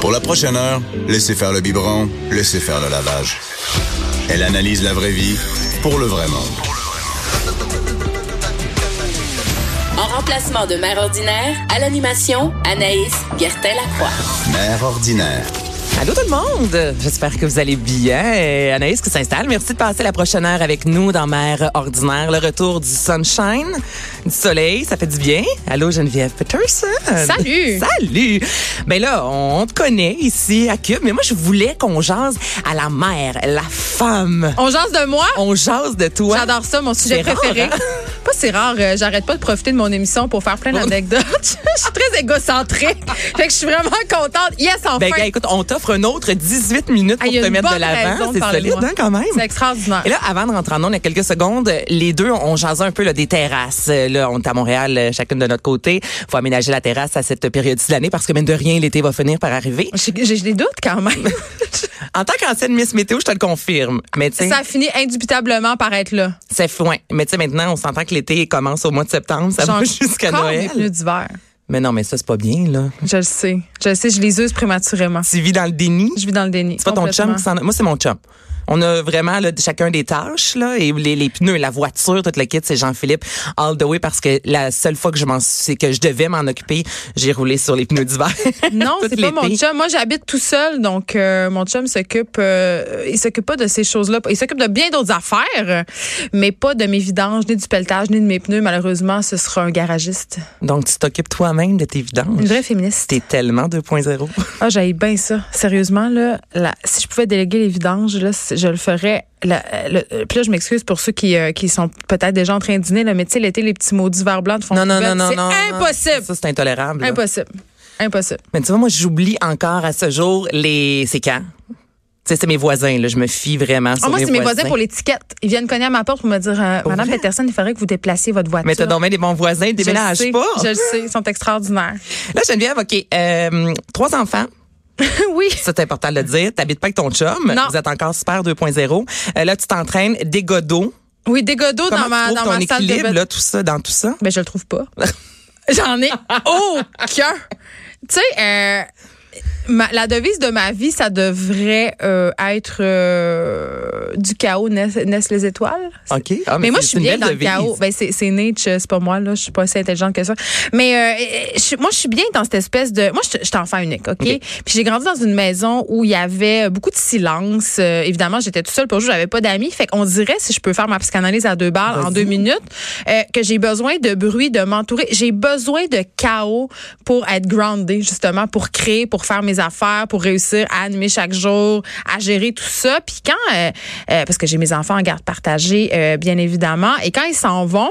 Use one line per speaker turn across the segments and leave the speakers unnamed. Pour la prochaine heure, laissez faire le biberon, laissez faire le lavage. Elle analyse la vraie vie pour le vrai monde.
En remplacement de mère ordinaire, à l'animation, Anaïs Gertin-Lacroix.
Mère ordinaire.
Allô tout le monde! J'espère que vous allez bien. Et Anaïs qui s'installe, merci de passer la prochaine heure avec nous dans Mère Ordinaire. Le retour du sunshine, du soleil, ça fait du bien. Allô Geneviève Peterson!
Salut!
Salut! Ben là, on te connaît ici à Cube, mais moi je voulais qu'on jase à la mère, la femme.
On jase de moi.
On jase de toi.
J'adore ça, mon sujet
C'est rare,
préféré.
hein?
Pas si rare, euh, j'arrête pas de profiter de mon émission pour faire plein d'anecdotes. je suis très égocentrique. fait que je suis vraiment contente. Yes, enfin!
Ben, gars, écoute, on t'offre un autre 18 minutes
Ah,
pour
il y a
te
une
mettre de
bonne raison
l'avant.
de
C'est
parler de
solide,
moi.
hein, quand même.
C'est extraordinaire.
Et là, avant de rentrer en ondes, il y a quelques secondes, les deux, on jasait un peu là, des terrasses. Euh, Là, on est à Montréal, euh, chacune de notre côté. faut aménager la terrasse à cette période de l'année parce que, même de rien, l'été va finir par arriver.
J'ai j'ai des doutes quand même.
En tant qu'ancienne Miss Météo, je te le confirme. Mais tu sais,
ça finit indubitablement par être là.
c'est foin. Mais tu sais, maintenant, on s'entend que l'été commence au mois de septembre. Ça va
J'en-
jusqu'à
Encore mes
Noël.
pneus d'hiver.
Mais non, mais ça, c'est pas bien, là.
Je le sais. Je le sais, je les use prématurément.
Tu vis dans le déni.
Je vis dans le déni.
C'est pas ton chum qui s'en a- Moi, c'est mon chum. On a vraiment là, chacun des tâches là et les, les pneus, la voiture, tout le kit, c'est Jean-Philippe all the way parce que la seule fois que je m'en suis- que je devais m'en occuper, j'ai roulé sur les pneus d'hiver.
Non,
Tout
c'est pas mon
l'été.
chum. Moi, j'habite tout seul, donc euh, mon chum s'occupe. euh, il s'occupe pas de ces choses-là. Il s'occupe de bien d'autres affaires, euh, mais pas de mes vidanges, ni du pelletage, ni de mes pneus. Malheureusement, ce sera un garagiste,
Donc tu t'occupes toi-même de tes vidanges.
une vraie féministe.
T'es tellement 2.0.
Ah, j'aille bien ça. Sérieusement, là, la- si je pouvais déléguer les vidanges, là, c- je le ferais. La- le- euh, puis là, je m'excuse pour ceux qui, euh, qui sont peut-être déjà en train de dîner, là, mais tu sais, l'été, les petits maudits verts blancs de fond
Non
de
non non
poubelle,
non non.
C'est
non.
impossible.
Ça c'est intolérable. là.
Impossible. Impossible.
Mais tu vois moi j'oublie encore à ce jour les c'est quand. Tu sais c'est mes voisins là, je me fie vraiment sur
Ah, moi,
mes
c'est mes voisins pour l'étiquette. Ils viennent cogner à ma porte pour me dire euh,
Pour
Madame
vrai?
Peterson, il faudrait que vous déplaciez votre voiture.
Mais t'as donc bien des bons voisins,
Je le
déménage
sais,
pas.
Je le sais, ils sont extraordinaires.
Là Geneviève, OK, euh, trois enfants.
oui.
Ça, c'est important de le dire. T'habites pas avec ton chum.
Non.
Vous êtes encore super 2.0. Euh, là, tu t'entraînes des godots.
Oui, des godots
Comment
dans ma,
tu
dans
trouves
ma
ton
salle de
équilibre,
bain.
là, tout ça, dans tout ça?
Ben, je le trouve pas. J'en ai aucun. Tu sais, euh, ma- la devise de ma vie, ça devrait euh, être euh, du chaos naissent, naissent les étoiles.
OK. Ah,
mais moi, je
c'est-
suis
c'est
bien
une
dans
belle
le chaos.
devise.
Ben, c'est c'est Nietzsche, c'est pas moi, là. Je suis pas assez intelligente que ça. Mais euh, je suis- moi, je suis bien dans cette espèce de. Moi, je je suis enfant unique, OK? Puis j'ai grandi dans une maison où il y avait beaucoup de silence. Euh, évidemment, j'étais toute seule pour jouer, j'avais pas d'amis. Fait qu'on dirait, si je peux faire ma psychanalyse à deux balles en
Vas-y.
deux minutes, euh, que j'ai besoin de bruit, de m'entourer. J'ai besoin de chaos pour être grounded, justement, pour créer, pour faire mes affaires, pour réussir à animer chaque jour, à gérer tout ça. Puis quand, euh, euh, parce que j'ai mes enfants en garde partagée, euh, bien évidemment, et quand ils s'en vont,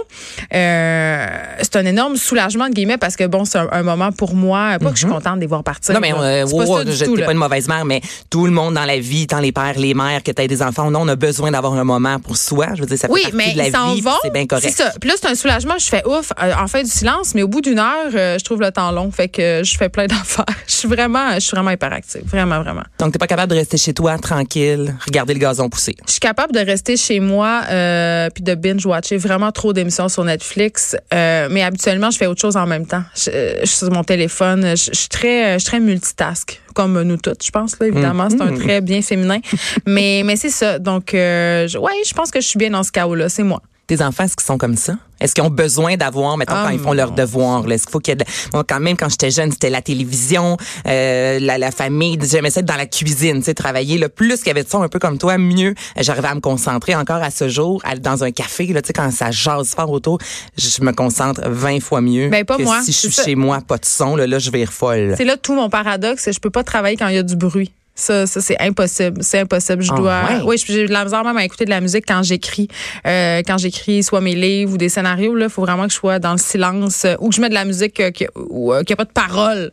euh, c'est un énorme soulagement, de guillemets, parce que bon, c'est un, un moment pour moi, pas que je suis contente de les voir partir.
Mhm. Non, mais on,
là.
euh,
C'est pas
wow,
ça du
je-
tout,
t'es
là.
pas une mauvaise mère, mais tout le monde dans la vie, tant les pères, les mères, que t'aies des enfants, non, on a besoin d'avoir un moment pour soi. Je veux dire, ça fait
Oui,
partie
mais
de la
ils s'en
vie,
vont.
puis c'est bien correct.
ça. Puis là, c'est un soulagement. Je fais ouf, euh, enfin du silence, mais au bout d'une heure, euh, je trouve le temps long. Fait que euh, je fais plein d'affaires. Je suis vraiment, je suis vraiment hyperactive. Vraiment, vraiment.
Donc, t'es pas capable de rester chez toi, tranquille, regarder le gazon pousser.
Je suis capable de rester chez moi euh, puis de binge-watcher vraiment trop d'émissions sur Netflix. Euh, mais habituellement, je fais autre chose en même temps. Je, euh, je suis sur mon téléphone. Je, je suis très, je suis très multitask, comme nous toutes, je pense. Là, évidemment, c'est un trait bien féminin. mais mais c'est ça. Donc, euh, je- ouais, je pense que je suis bien dans ce chaos-là. C'est moi.
Tes enfants, est-ce qu'ils sont comme ça? Est-ce qu'ils ont besoin d'avoir, mettons,
Ah,
quand ils font
mon
leurs devoirs? là? Est-ce qu'il faut qu'il y ait de... Moi, quand même, quand j'étais jeune, c'était la télévision, euh, la, la famille. J'aimais ça être dans la cuisine, tu sais, travailler. Le plus qu'il y avait de ça, un peu comme toi, mieux. J'arrivais à me concentrer encore à ce jour, à- dans un café, là, tu sais, quand ça jase fort autour, je me concentre 20 fois mieux
Ben, pas
que
moi.
si je
C'est
suis
ça.
chez moi, pas de son, là, là je vais rire folle.
C'est là tout mon paradoxe, c'est que je peux pas travailler quand il y a du bruit. Ça, ça c'est impossible. C'est impossible. Je
Ah,
dois.
ouais?
Oui, j'ai de la misère même à écouter de la musique quand j'écris. Euh, quand j'écris soit mes livres ou des scénarios, là, faut vraiment que je sois dans le silence euh, ou que je mette de la musique euh, qui ou, euh, qui a pas de parole.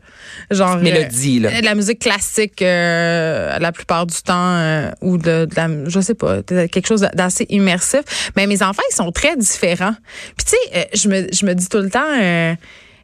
Genre.
Mélodie, là.
euh, de la musique classique euh, la plupart du temps euh, ou de, de la, je sais pas, de- quelque chose d'assez immersif. Mais mes enfants, ils sont très différents. Puis tu sais, euh, je me, je me dis tout le temps. euh,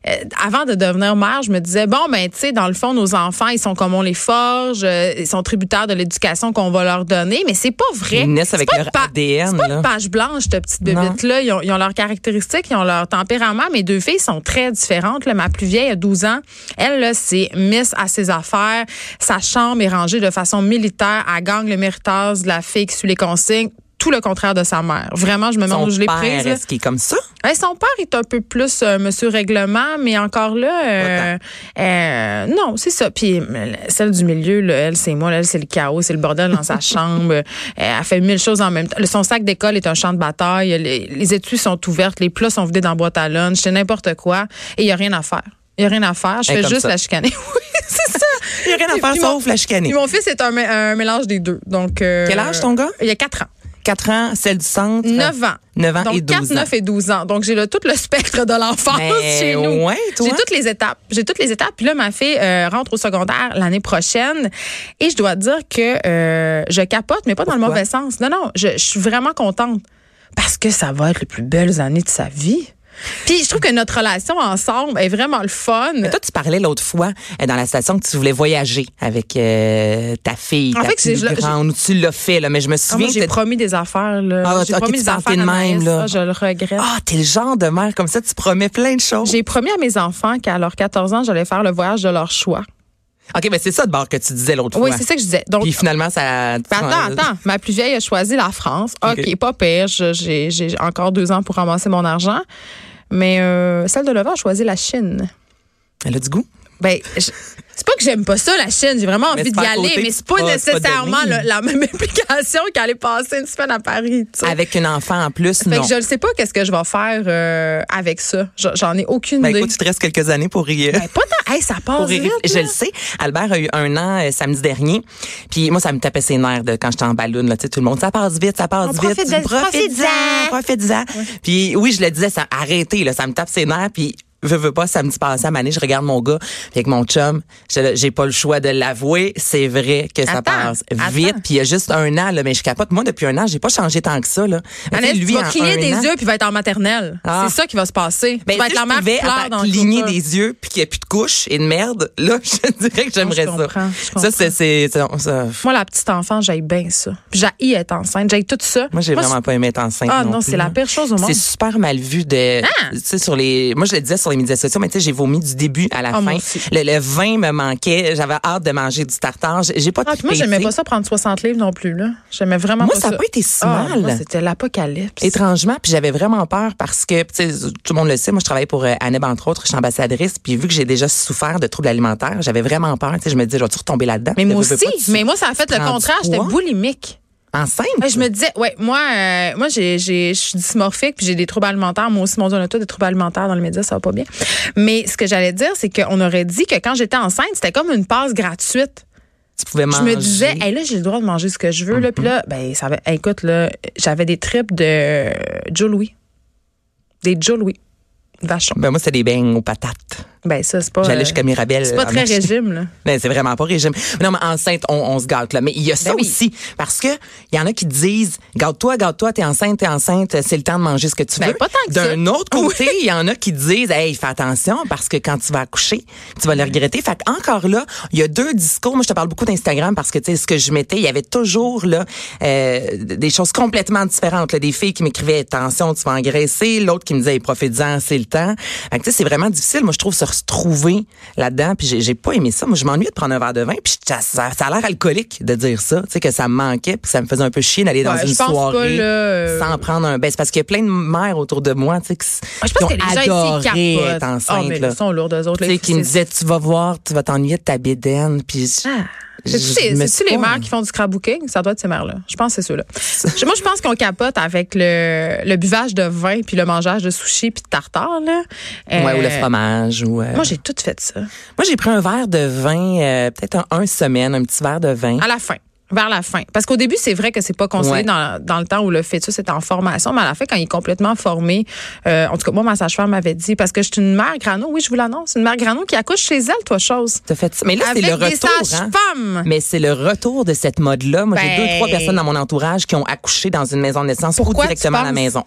euh, avant de devenir mère, je me disais bon ben tu sais dans le fond nos enfants ils sont comme on les forge, euh, ils sont tributaires de l'éducation qu'on va leur donner, mais c'est pas vrai.
Ils naissent
C'est
avec
pas
leur
une pa-
ADN,
C'est pas
là.
une page blanche cette petite bébite là. Ils ont, ils ont leurs caractéristiques, ils ont leur tempérament. Mes deux filles sont très différentes. là. Ma plus vieille a 12 ans. Elle là c'est miss à ses affaires. Sa chambre est rangée de façon militaire. Elle gagne le méritage de la fille qui suit les consignes. Tout le contraire de sa mère. Vraiment, je me demande
Son
où je l'ai
père,
prise. là.
est-ce qu'il est comme ça?
Ouais, son père est un peu plus euh, monsieur règlement, mais encore là, euh, euh, non, c'est ça. Puis euh, celle du milieu, là, elle, c'est moi, là, elle, c'est le chaos, c'est le bordel dans sa chambre. Euh, Elle fait mille choses en même temps. Le- Son sac d'école est un champ de bataille. Les, les études sont ouvertes, les plats sont vidés dans la boîte à lunch, c'est n'importe quoi. Et il n'y a rien à faire. Il n'y a rien à faire. Je
Elle est
fais
comme
juste
ça.
la chicaner. Oui, c'est ça.
Il n'y a rien à faire
Puis mon-
sauf la chicaner.
Puis mon fils est un, mé- un mélange des deux. Donc, euh,
Quel âge, ton gars?
Il y a quatre ans.
4 ans, celle du centre.
9 ans.
9 ans
Donc,
et 12
4,
ans.
9 et 12 ans. Donc, j'ai le, tout le spectre de l'enfance
Ben,
chez nous.
ouais, toi.
J'ai toutes les étapes. J'ai toutes les étapes. Puis là, ma fille euh, rentre au secondaire l'année prochaine. Et je dois dire que euh, je capote, mais pas dans le
Pourquoi?
mauvais sens. Non, non, je, je suis vraiment contente. Parce que ça va être les plus belles années de sa vie. Puis je trouve que notre relation ensemble est vraiment le fun.
Toi, tu parlais l'autre fois euh, dans la station que tu voulais voyager avec euh, ta fille,
En
ta
fait, c'est-
plus
je l'ai-
grande, ou tu l'as fait, là, mais je me
Ah, moi,
souviens...
j'ai
t'as-
promis des affaires. Là.
Ah,
j'ai
ok,
promis des
tu t'en
affaires
fais de
à
même,
Anaïs.
là.
Ah, je le regrette.
Ah, oh. t'es le genre de mère comme ça, tu promets plein de choses.
J'ai promis à mes enfants qu'à leurs 14 ans, j'allais faire le voyage de leur choix.
OK, mais c'est ça de bord que tu disais l'autre
Oui,
fois.
c'est ça que je disais. Donc,
Puis finalement, ça...
Mais attends, attends. Ma plus vieille a choisi la France. OK,
Ok.
pas pire. Je- J'ai j'ai encore deux ans pour ramasser mon argent. Mais euh, celle de Levant a choisi la Chine.
Elle a du goût.
Ben, je- c'est pas que j'aime pas ça, la Chine. J'ai vraiment
Mais
envie
c'est
d'y
pas à
aller,
côté,
mais
c'est
c'est pas,
pas- c'est pas
nécessairement
donné.
la, la même implication qu'aller passer une semaine à Paris. tu sais.
Avec un enfant en plus,
Fait
non.
que je ne sais pas qu'est-ce que je vais faire euh, avec ça. Je- J'en ai aucune
Ben,
idée.
écoute, tu te restes quelques années pour y... euh,
Ben, pas tant. Hey, ça
pour
passe
y
vite,
réfl- Je
là.
le sais. Albert a eu un an euh, samedi dernier. Puis moi, ça me tapait ses nerfs de, quand j'étais en ballon. Là, tu sais, tout le monde, ça passe vite, ça passe
On
vite.
profite de-
Profites-en, profites-en. Puis oui, je le disais, ça, arrêtez, là, ça me tape ses nerfs. Puis veux, veux pas, samedi passé à Mané, je regarde mon gars avec mon chum. Je- J'ai pas le choix de l'avouer. C'est vrai que ça
Attends,
passe vite.
attends.
Puis il y a juste un an, là, mais je capote. Moi, depuis un an, j'ai pas changé tant que ça. Là. Mais tu sais,
Anaïs, tu vas
en
cligner
un
des
an-
yeux puis il va être en maternelle.
Ah.
C'est ça qui va se passer.
ben,
tu vas
si
être la
je
mère
pouvais
qui pleure dans le
cligner
couloir.
des yeux puis qu'il n'y a plus de couche et de merde, là, je dirais que j'aimerais
Non, je
ça.
comprends, je
Ça,
comprends.
c'est, c'est, ça- ça-
Moi, la petite enfant, j'aille bien ça. Puis J'haïs être enceinte, j'aille tout ça.
moi, j'ai
c'est-
vraiment pas aimé être enceinte.
Ah non,
non
c'est
plus,
la
là.
pire chose au monde. Ah!
C'est super mal vu de, tu sais, sur les, moi, je le disais sur les médias sociaux, mais tu sais, j'ai vomi du début à la
Ah, moi
fin.
aussi.
Le, le vin me manquait, j'avais hâte de manger du tartare, j'ai j'ai pas
Ah,
tout
puis moi, j'aimais
pété.
pas ça prendre 60 livres non plus, là. J'aimais vraiment
Moi,
pas
ça
ça.
a pas été si
Ah,
mal.
moi, c'était l'apocalypse.
Étrangement, puis j'avais vraiment peur parce que, tu sais, tout le monde le sait, moi je travaille pour euh, Aneb, entre autres, je suis ambassadrice, puis vu que j'ai déjà souffert de troubles alimentaires, j'avais vraiment peur, tu sais, je me disais, je vais-tu retomber là-dedans?
Mais
Je
moi
veux
aussi,
pas, tu-
mais moi, ça a fait le
prends du
contraire. J'étais
poids.
boulimique.
Enceinte?
Ouais, je me disais, ouais, moi, euh, moi, j'ai, j'ai, je suis dysmorphique, puis j'ai des troubles alimentaires. Moi aussi, mon Dieu, on a tous des troubles alimentaires dans les médias, ça va pas bien. Mais ce que j'allais dire, c'est qu'on aurait dit que quand j'étais enceinte, c'était comme une passe gratuite.
tu pouvais manger.
Je me disais, hey, là, j'ai le droit de manger ce que je veux, là. Puis là, ben, ça va, hey, écoute, là, j'avais des tripes de euh, Joe Louis. Des Joe Louis. Vachon.
ben moi c'était des beignes aux patates.
Ben, ça, c'est pas.
J'allais
euh,
jusqu'à Mirabelle.
C'est pas
en
très
acheter.
régime, là.
Ben, c'est vraiment pas régime. Mais non, mais enceinte, on, on se gâte là. Mais il y a ça
Ben oui.
aussi parce que il y en a qui disent gâte-toi, gâte-toi, t'es enceinte, t'es enceinte, c'est le temps de manger ce que tu
Ben,
veux.
pas tant que ça.
D'un autre côté, il y en a qui disent hey fais attention parce que quand tu vas accoucher, tu vas le regretter. Fait que encore là, il y a deux discours. Moi, je te parle beaucoup d'Instagram parce que tu sais ce que je mettais, il y avait toujours là euh, des choses complètement différentes. là. Des filles qui m'écrivaient attention, tu vas engraisser, l'autre qui me disait hey, profite-en, c'est le temps. Fait que, tu sais, c'est vraiment difficile. Moi, je trouve se retrouver là-dedans. Puis j'ai- j'ai pas aimé ça. Moi, je m'ennuie de prendre un verre de vin. Puis ça, ça- ça a l'air alcoolique de dire ça. Tu sais, que ça me manquait. Puis ça me faisait un peu chier d'aller dans
Ouais,
une
je pense
soirée
pas, là, euh,
sans prendre un. Ben, c'est parce qu'il y a plein de mères autour de moi, tu sais, qui, s-
Ah, je
qui
pense
ont
que les gens
adoré
ici ils
être
capotent. Ah,
enceintes.
mais
là.
ils sont lourds, eux autres.
Tu
là.
sais, qui me
C'est-
disaient, tu vas voir, tu vas t'ennuyer de ta bédaine. Puis je-
Ah. C'est-tu les, c'est-tu les mères qui font du scrapbooking? Ça doit être ces mères-là. Je pense que c'est ceux-là. Je- Moi, je pense qu'on capote avec le, le buvage de vin puis le mangeage de sushi puis de tartare. Là. Euh,
Ouais, ou le fromage. Ou, euh,
Moi, j'ai tout fait ça.
moi, j'ai pris un verre de vin, euh, peut-être un, un semaine, un petit verre de vin.
À la fin. Vers la fin. Parce qu'au début, c'est vrai que c'est pas conseillé
Ouais.
dans, dans le temps où le fœtus est en formation, mais à la fin, quand il est complètement formé, euh, en tout cas, moi, ma sage-femme m'avait dit, parce que je suis une mère grano, oui, je vous l'annonce, une mère grano qui accouche chez elle, toi, chose.
T'as fait ça. Mais là, c'est
Avec
le
des
retour. hein.
sages-femmes.
Mais c'est le retour de cette mode-là. Moi, j'ai
Ben.
deux, trois personnes dans mon entourage qui ont accouché dans une maison de naissance
Pourquoi
ou directement
tu
à la
penses?
maison.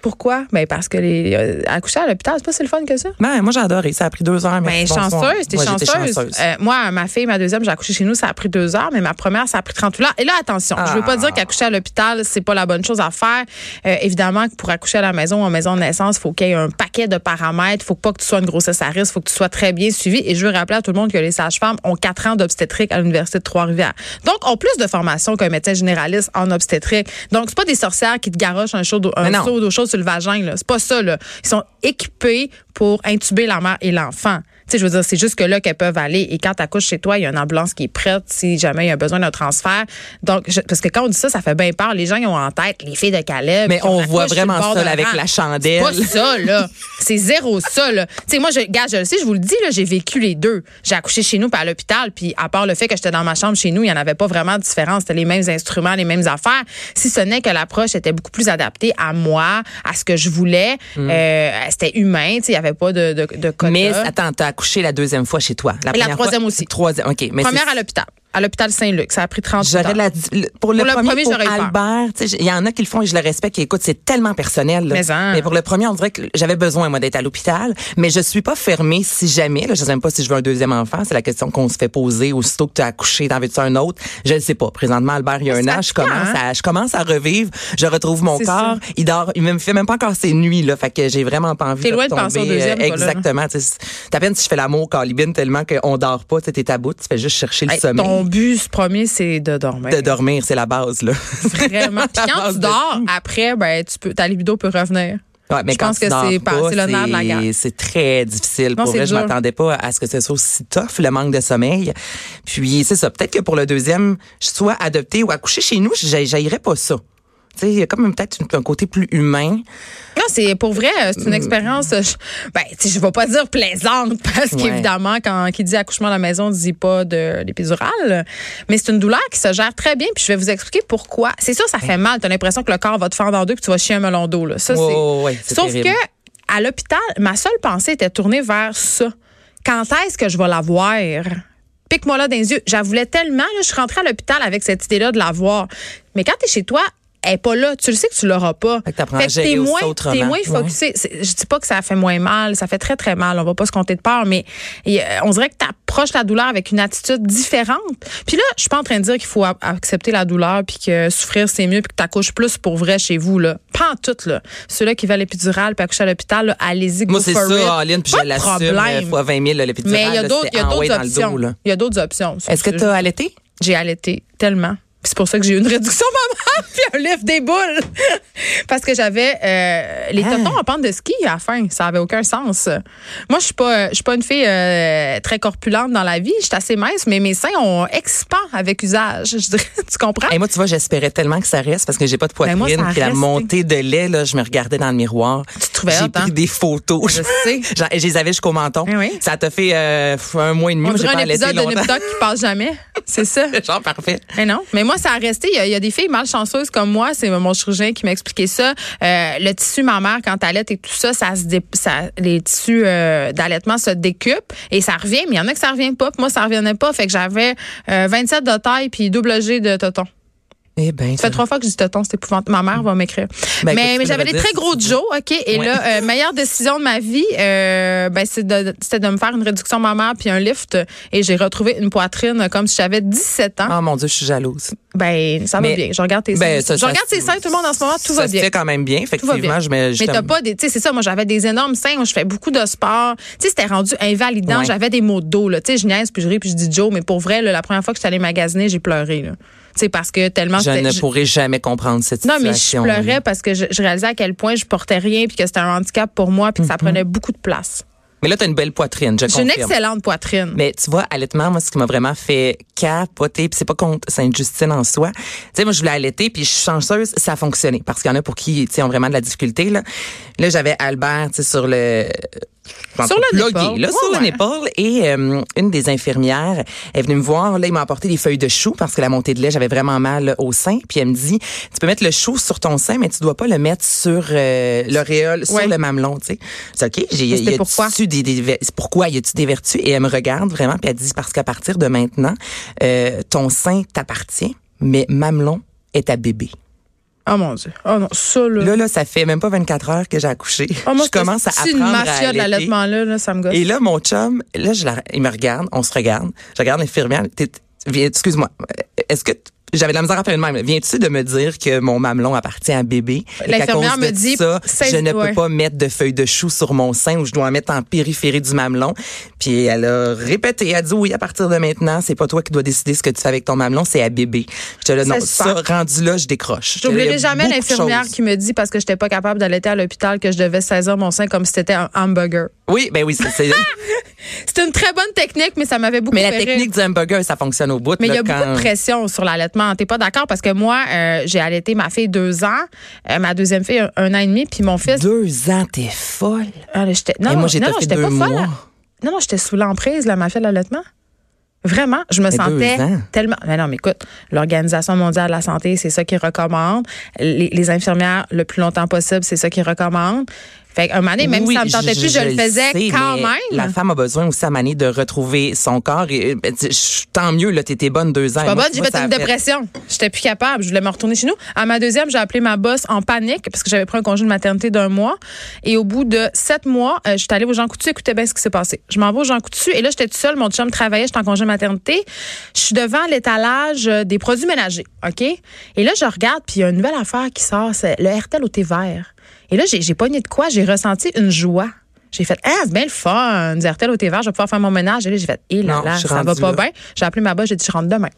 Pourquoi? Ben, parce que les, euh, accoucher à l'hôpital, c'est pas si le fun que ça.
Ben, moi, j'ai adoré. Ça a pris deux heures.
Ben,
merci, bonsoir.
chanceuse, t'es
Moi, j'étais
chanceuse. Euh, moi, ma fille, ma deuxième, j'ai accouché chez nous, ça a pris deux heures, mais ma première, ça a pris 38 heures. Et là, attention, je veux pas
Ah.
dire qu'accoucher à l'hôpital, c'est pas la bonne chose à faire. Euh, évidemment que pour accoucher à la maison ou en maison de naissance, faut qu'il y ait un paquet de paramètres. Faut pas que tu sois une grossesse à risque, faut que tu sois très bien suivie. Et je veux rappeler à tout le monde que les sages-femmes ont quatre ans d'obstétrique à l'Université de Trois-Rivières. Donc, ont plus de formation qu'un médecin généraliste en obstétrique. Donc, c'est pas des sorcières qui te garochent un chaud d'eau- un
Mais non.
seau d'eau chaude sur le vagin. là. C'est pas ça. Là. Ils sont équipés pour intuber la mère et l'enfant. Tu sais, je veux dire, c'est juste que là qu'elles peuvent aller. Et quand t'accouches chez toi, il y a une ambulance qui est prête si jamais il y a besoin d'un transfert. Donc, je- parce que quand on dit ça, ça fait bien peur. Les gens, ils ont en tête les filles de Caleb.
Mais
qui ont
on
accouché
voit
sur le
vraiment
bord
ça
d'un
là, avec
rang.
la
C'est
chandelle.
pas ça, là. C'est zéro ça, là. Tu sais, moi, je, gars, je le sais, je vous le dis, là, j'ai vécu les deux. J'ai accouché chez nous, puis à l'hôpital, puis à part le fait que j'étais dans ma chambre chez nous, il n'y en avait pas vraiment de différence. C'était les mêmes instruments, les mêmes affaires. Si ce n'est que l'approche était beaucoup plus adaptée à moi, à ce que je voulais. Euh, c'était humain, tu sais, il n'y avait pas de, de, de quota.
Hmm. Mais attends, t'as accouché la deuxième fois chez toi. La,
Et la
première
troisième
fois-
aussi.
Troisième, OK. Mais
Première
c'est-
à l'hôpital. À l'hôpital Saint-Luc. Ça a pris 30
J'aurais la, le- pour le,
Pour le
premier,
premier,
pour
j'aurais eu peur.
Albert, tu sais, il y en a qui le font et je le respecte. Et écoute, c'est tellement personnel. là.
Mais hein. en-
pour le premier, on dirait que j'avais besoin moi d'être à l'hôpital, mais je suis pas fermée si jamais. Là, je sais même pas si je veux un deuxième enfant. C'est la question qu'on se fait poser aussitôt que tu as accouché. T'en veux-tu un autre Je ne sais pas. Présentement, Albert, il y a
Mais
un
c'est
an, je
fatigant,
commence
hein?
à, je commence à revivre. Je retrouve mon
C'est
corps. Il dort. Il me fait même pas encore ses nuits là. Fait que j'ai vraiment pas envie
T'es
de
loin de penser
tomber,
au deuxième,
euh,
toi, là.
Exactement. Tu sais, c'est à peine si je fais l'amour calibine tellement qu'on dort pas. Tu sais, T'es à bout. Tu fais juste chercher le
Hey,
sommeil
ton but premier, c'est de dormir.
de dormir, c'est la base là.
Vraiment. Puis quand
base
tu
de
dors, après, ben, tu peux, ta libido peut revenir.
Ouais, mais
Je
quand
pense
tu
que
dors
c'est
pas,
passé le nerf de la guerre.
c'est- C'est très difficile.
Non,
pour
c'est
vrai, je
dur.
m'attendais pas à ce que ce soit aussi tough le manque de sommeil. Puis c'est ça, peut-être que pour le deuxième, je sois adoptée ou accouchée chez nous, j'a- j'haïrais pas ça. Tu sais, il y a comme peut-être un côté plus humain.
Non, c'est pour vrai, euh, c'est une expérience. euh, je- Ben, tu sais, je vais pas dire plaisante parce
Ouais.
qu'évidemment, quand qui dit accouchement à la maison, dit pas de l'épidurale. Mais c'est une douleur qui se gère très bien. Puis je vais vous expliquer pourquoi. C'est sûr, ça fait mal. T'as l'impression que le corps va te fendre en deux puis tu vas chier un melon d'eau. Là. Ça,
Ouais,
c'est-
ouais, ouais, c'est
Sauf
terrible.
que à l'hôpital, ma seule pensée était tournée vers ça. Quand est-ce que je vais l'avoir? Pique-moi là dans les yeux. J'en voulais tellement. là, je suis rentrée à l'hôpital avec cette idée-là de l'avoir. Mais quand t'es chez toi, elle est pas là. Tu le sais que tu l'auras pas.
Fait que t'apprends à
que
gérer
t'es
aussi
moins,
autrement.
t'es moins
Ouais.
focusé. C'est- Je dis pas que ça fait moins mal, ça fait très très mal. On va pas se compter de peur, mais et, euh, on dirait que t'approches la douleur avec une attitude différente. Puis là, je suis pas en train de dire qu'il faut a- accepter la douleur puis que souffrir c'est mieux puis que t'accouches plus pour vrai chez vous là. Pas en tout là. Ceux-là qui veulent l'épidurale puis accoucher à l'hôpital, là, allez-y. go
Moi, c'est
for it.
ça, Aline, puis
Pas
je
de
l'assume
problème.
euh, fois 20 000, là, l'épidurale,
Mais il y a
là,
d'autres, il y a
c'est en way
d'autres
dans le dos,
options.
là.
Il y a d'autres options. sur
Est-ce que
ce
tu as allaité?
j'ai allaité tellement. Puis C'est pour ça que j'ai eu une réduction maman puis un lift des boules. Parce que j'avais euh, les
Hein?
tontons en pente de ski à la fin. Ça avait aucun sens. Moi, je suis pas, euh, je suis pas une fille euh, très corpulente dans la vie. Je suis assez mince, mais mes seins ont expand avec usage. Je dirais, tu comprends?
Et moi, tu vois, j'espérais tellement que ça reste parce que j'ai pas de
Ah. Ben,
poitrine.
moi, ça a
puis la
resté.
montée de lait, là, je me regardais dans le miroir.
Tu te trouvais
J'ai
hot, hein?
pris des photos.
Je sais.
Genre, Je les avais jusqu'au menton.
Eh oui.
Ça t'a fait euh, un mois et demi.
On
où j'ai
dirait
pas
un
allaité
épisode de Nip
longtemps.
Tuck qui passe jamais. C'est ça.
Genre, parfait.
Mais non, mais moi, ça a resté. Il y a, il y a des filles malchanceuses comme moi. C'est mon chirurgien qui m'a expliqué ça. Euh, le tissu mammaire, quand t'allaites et tout ça, ça se dé- ça, les tissus euh, d'allaitement se décupent et ça revient. Mais il y en a que ça revient pas. Puis Moi, ça revenait pas. Fait que j'avais euh, 27 de taille puis double G de toton.
Eh ben,
Ça fait trois fois que je dis toton, c'est épouvantable. Ma mère va m'écrire.
Ben, écoute,
mais
tu
mais
peux
j'avais
le
des
redire
très
si
gros
tu veux.
Joe, OK? Et
Ouais.
là, euh, meilleure décision de ma vie, euh, ben, c'est de- c'était de, me faire une réduction mammaire puis un lift. Et j'ai retrouvé une poitrine comme si j'avais 17 ans.
Oh mon Dieu, je suis jalouse.
Ben, ça va
Mais-
bien. Je regarde tes seins.
Ben, ça,
je
ça-
regarde tes seins, tout le monde en ce moment, tout va
Ça se
bien.
fait quand même bien,
Tout va
effectivement.
bien.
Je, mets- je
mais
t'aime-
t'as pas des. Tu sais, c'est ça, moi, j'avais des énormes seins, moi, je fais beaucoup de sport. Tu sais, c'était rendu invalidant.
Ouais.
J'avais des maux de dos, là. Tu sais, je niaise, puis je ris, puis je dis Joe, mais pour vrai, là, la première fois que je suis allée magasiner, j'ai pleuré, là. Tu sais, parce que tellement
je
j'étais-
ne
je-
pourrais jamais comprendre cette
non, mais je
situation.
pleurais parce que je, je réalisais à quel point je portais rien, puis que c'était un handicap pour moi, puis que ça prenait beaucoup de place.
Mais là, tu as une belle poitrine, je
J'ai une
Mhm. confirme.
excellente poitrine.
Mais tu vois, allaitement, moi, ce qui m'a vraiment fait capoté. Puis c'est pas contre Sainte-Justine en soi. Tu sais, moi, je voulais allaiter, puis je suis chanceuse, ça a fonctionné. Parce qu'il y en a pour qui, tu sais, ont vraiment de la difficulté, là. Là, j'avais Albert, tu sais, sur le...
Sur le nipple.
là, sur
Ouais,
le
ouais.
nipple. Et euh, une des infirmières est venue me voir. Là, il m'a apporté des feuilles de chou parce que la montée de lait, j'avais vraiment mal au sein. Puis elle me dit, tu peux mettre le chou sur ton sein, mais tu dois pas le mettre sur euh, l'auréole, sur
Ouais.
le mamelon, tu sais. C'est OK. J'ai,
Mais c'était
y a-tu
pourquoi?
des, des ver- c'est pourquoi? Y a-tu des vertus? Et elle me regarde vraiment, puis elle dit, parce qu'à partir de maintenant, euh, ton sein t'appartient, mais mamelon est à bébé.
Oh mon Dieu. Oh non, ça, là.
Là, là, ça fait même pas 24 heures que j'ai accouché.
Oh, moi,
je commence à
c'est- C'est une
apprendre
mafia
à
de
allaiter.
l'allaitement, là, là, ça me gosse.
Et là, mon chum, là, je la- il me regarde, on se regarde. Je regarde l'infirmière. T'es- viens- Excuse-moi. Est-ce que t- j'avais de la misère à faire une même. Viens-tu de me dire que mon mamelon appartient à bébé? et qu'à
L'infirmière
cause de
me dit,
ça,
c'est-
je ne
ouais.
peux pas mettre de feuilles de chou sur mon sein ou je dois en mettre en périphérie du mamelon. Puis elle a répété, elle a dit oui, à partir de maintenant, c'est pas toi qui dois décider ce que tu fais avec ton mamelon, c'est à bébé. Je te dis, non,
C'est
ça,
super.
rendu là, je décroche. Il y
J'oublierai
a
jamais
beaucoup de
l'infirmière
choses.
qui me dit parce que j'étais pas capable d'allaiter à l'hôpital que je devais saisir mon sein comme si c'était un hamburger.
Oui, ben oui, c'est- c'est.
C'est une très bonne technique, mais ça m'avait beaucoup
Mais la
fait rire.
technique du hamburger, ça fonctionne au bout.
Mais il
là,
y a beaucoup
quand-
de pression sur l'allaitement. T'es pas d'accord? Parce que moi, euh, j'ai allaité ma fille deux ans, euh, ma deuxième fille un, un an et demi, puis mon fils.
Deux ans, t'es folle.
Ah, là, j'étais- non,
Et moi,
non,
j'ai
non,
toffé
j'étais
deux
pas folle.
mois.
hein. Non, non, j'étais sous l'emprise, la mafia de l'allaitement. Vraiment, je me
deux
sentais
ans.
tellement. Mais non, mais écoute, l'Organisation mondiale de la santé, c'est ça qu'ils recommandent. Les, les infirmières, le plus longtemps possible, c'est ça qu'ils recommandent. Fait qu'un moment donné, même
Oui,
si ça me tentait plus, je, le faisais
sais,
quand
mais
même.
La femme a besoin aussi à Mané de retrouver son corps. Et, euh, ben, tu- je- tant mieux, là, t'étais bonne deux
Pas
ans. Et moi,
bonne,
tu
j'ai
vois,
fait
ça
une
a fait-
dépression. J'étais plus capable. Je voulais me retourner chez nous. À ma deuxième, j'ai appelé ma boss en panique parce que j'avais pris un congé de maternité d'un mois. Et au bout de sept mois, euh, je suis allée au Jean Coutu. Écoutez bien ce qui s'est passé. Je m'en vais au Jean Coutu et là, j'étais toute seule. Mon chum travaillait. J'étais en congé de maternité. Je suis devant l'étalage euh, des produits ménagers. OK? Et là, je regarde puis il y a une nouvelle affaire qui sort. C'est le RTL au thé vert. Et là, j'ai j'ai pogné de quoi? J'ai ressenti une joie. J'ai fait, ah, c'est bien le fun, du RTL au thé vert, je vais pouvoir faire mon ménage. Et là, j'ai fait, hé là
Non,
là,
je suis
ça va
rendue
pas
là.
bien. J'ai appelé ma boss, j'ai dit, je rentre demain.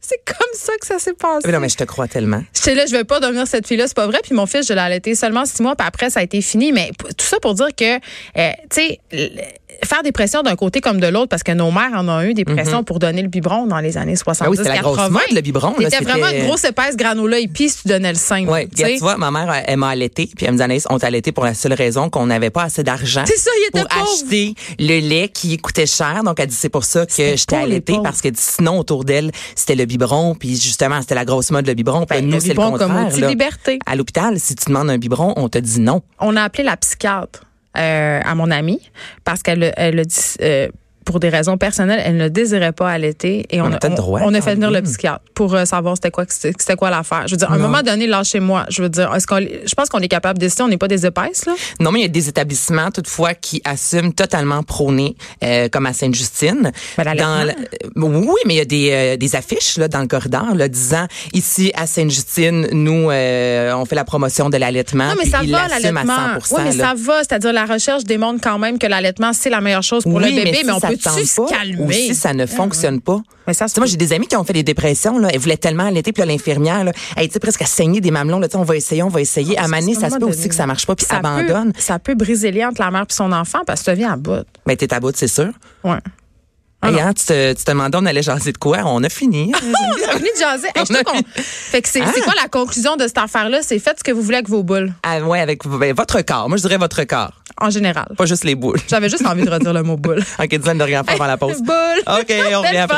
C'est comme ça que ça s'est passé.
Mais Ah non, mais je te crois tellement.
J'étais là, je veux pas devenir cette fille-là, c'est pas vrai. Puis mon fils, je l'ai allaité seulement six mois, puis après, ça a été fini. Mais p- tout ça pour dire que, euh, tu sais, l- faire des pressions d'un côté comme de l'autre, parce que nos mères en ont eu des pressions pour donner le biberon dans les années 70.
Mm-hmm. Ah oui, c'était la grosse
80.
mode, le biberon, là,
C'était
c'était-
vraiment une grosse épaisse granola épice, tu donnais le sein.
Ouais,
tu sais.
tu vois, ma mère, elle, elle m'a allaité, puis elle me dit, Anaïs, on t'a allaité pour la seule raison qu'on n'avait pas assez d'argent.
C'est ça, il était
Pour
pauvre.
acheter le lait qui coûtait cher. Donc, elle dit, c'est pour ça que j'étais
pour les
allaitée,
pauvres.
parce que sinon, autour d'elle, c'était le biberon, puis justement, c'était la grosse mode, le biberon. Puis
Ben,
nous,
le
c'est le
biberon comme
contraire.
outil de
là.
liberté.
À l'hôpital, si tu demandes un biberon, on te dit non.
on a appelé la psychiatre euh, à mon amie parce qu'elle le- elle le dit. euh, pour des raisons personnelles, elle ne désirait pas allaiter et on,
On a peut-être droit,
on a
quand
fait venir le
même.
psychiatre pour euh, savoir c'était quoi que c'était c'était quoi l'affaire. Je veux dire, à un moment donné, lâchez-moi. Je veux dire, est-ce qu'on, je pense qu'on est capable de décider, on n'est pas des épaisses là.
Non, mais il y a des établissements, toutefois, qui assument totalement prôner, euh, comme à Sainte-Justine.
Ben, la
Dans
Lacan.
le- oui, mais il y a des, euh, des affiches là, dans le corridor là, disant, ici, à Sainte-Justine, nous, euh, on fait la promotion de l'allaitement.
Non, mais
Ah, puis
ça
ils
va
l'assument à
l'allaitement.
100
Oui, mais
là.
ça va, c'est-à-dire la recherche démontre quand même que l'allaitement c'est la meilleure chose pour
Oui,
le bébé, mais,
si
on
ça
peut
tente
tu se
pas,
calmer Ah
Ou si ça ne fonctionne pas.
Mais ça se
Tu sais, moi, j'ai des amis qui ont fait des dépressions, là. Elles voulaient tellement allaiter, puis là, l'infirmière, là, elle était presque à saigner des mamelons, là. Tu sais, on va essayer, on va essayer. à Mané,
Ah, Parce qu'à
ça
un
se peut
moment
aussi
donné,
que ça marche pas, puis
ça peut-
abandonne.
ça peut briser les liens entre la mère et son enfant parce que tu viens à bout.
Mais Ben, t'es à bout, c'est sûr.
Ouais.
Hey, hein, tu, te, tu te demandais, on allait jaser de quoi? On a fini.
On a fini de jaser. Hey, je trouve
On a
qu'on- Fait que c'est c'est quoi la conclusion de cette affaire-là? C'est faites ce que vous voulez avec vos boules,
ah, ouais, avec ben, votre corps. Moi, je dirais votre corps.
en général.
Pas juste les boules.
J'avais juste envie de redire le mot boule.
OK, dizaine de rien faire avant la pause.
Boule.
OK, on revient
Belle
après.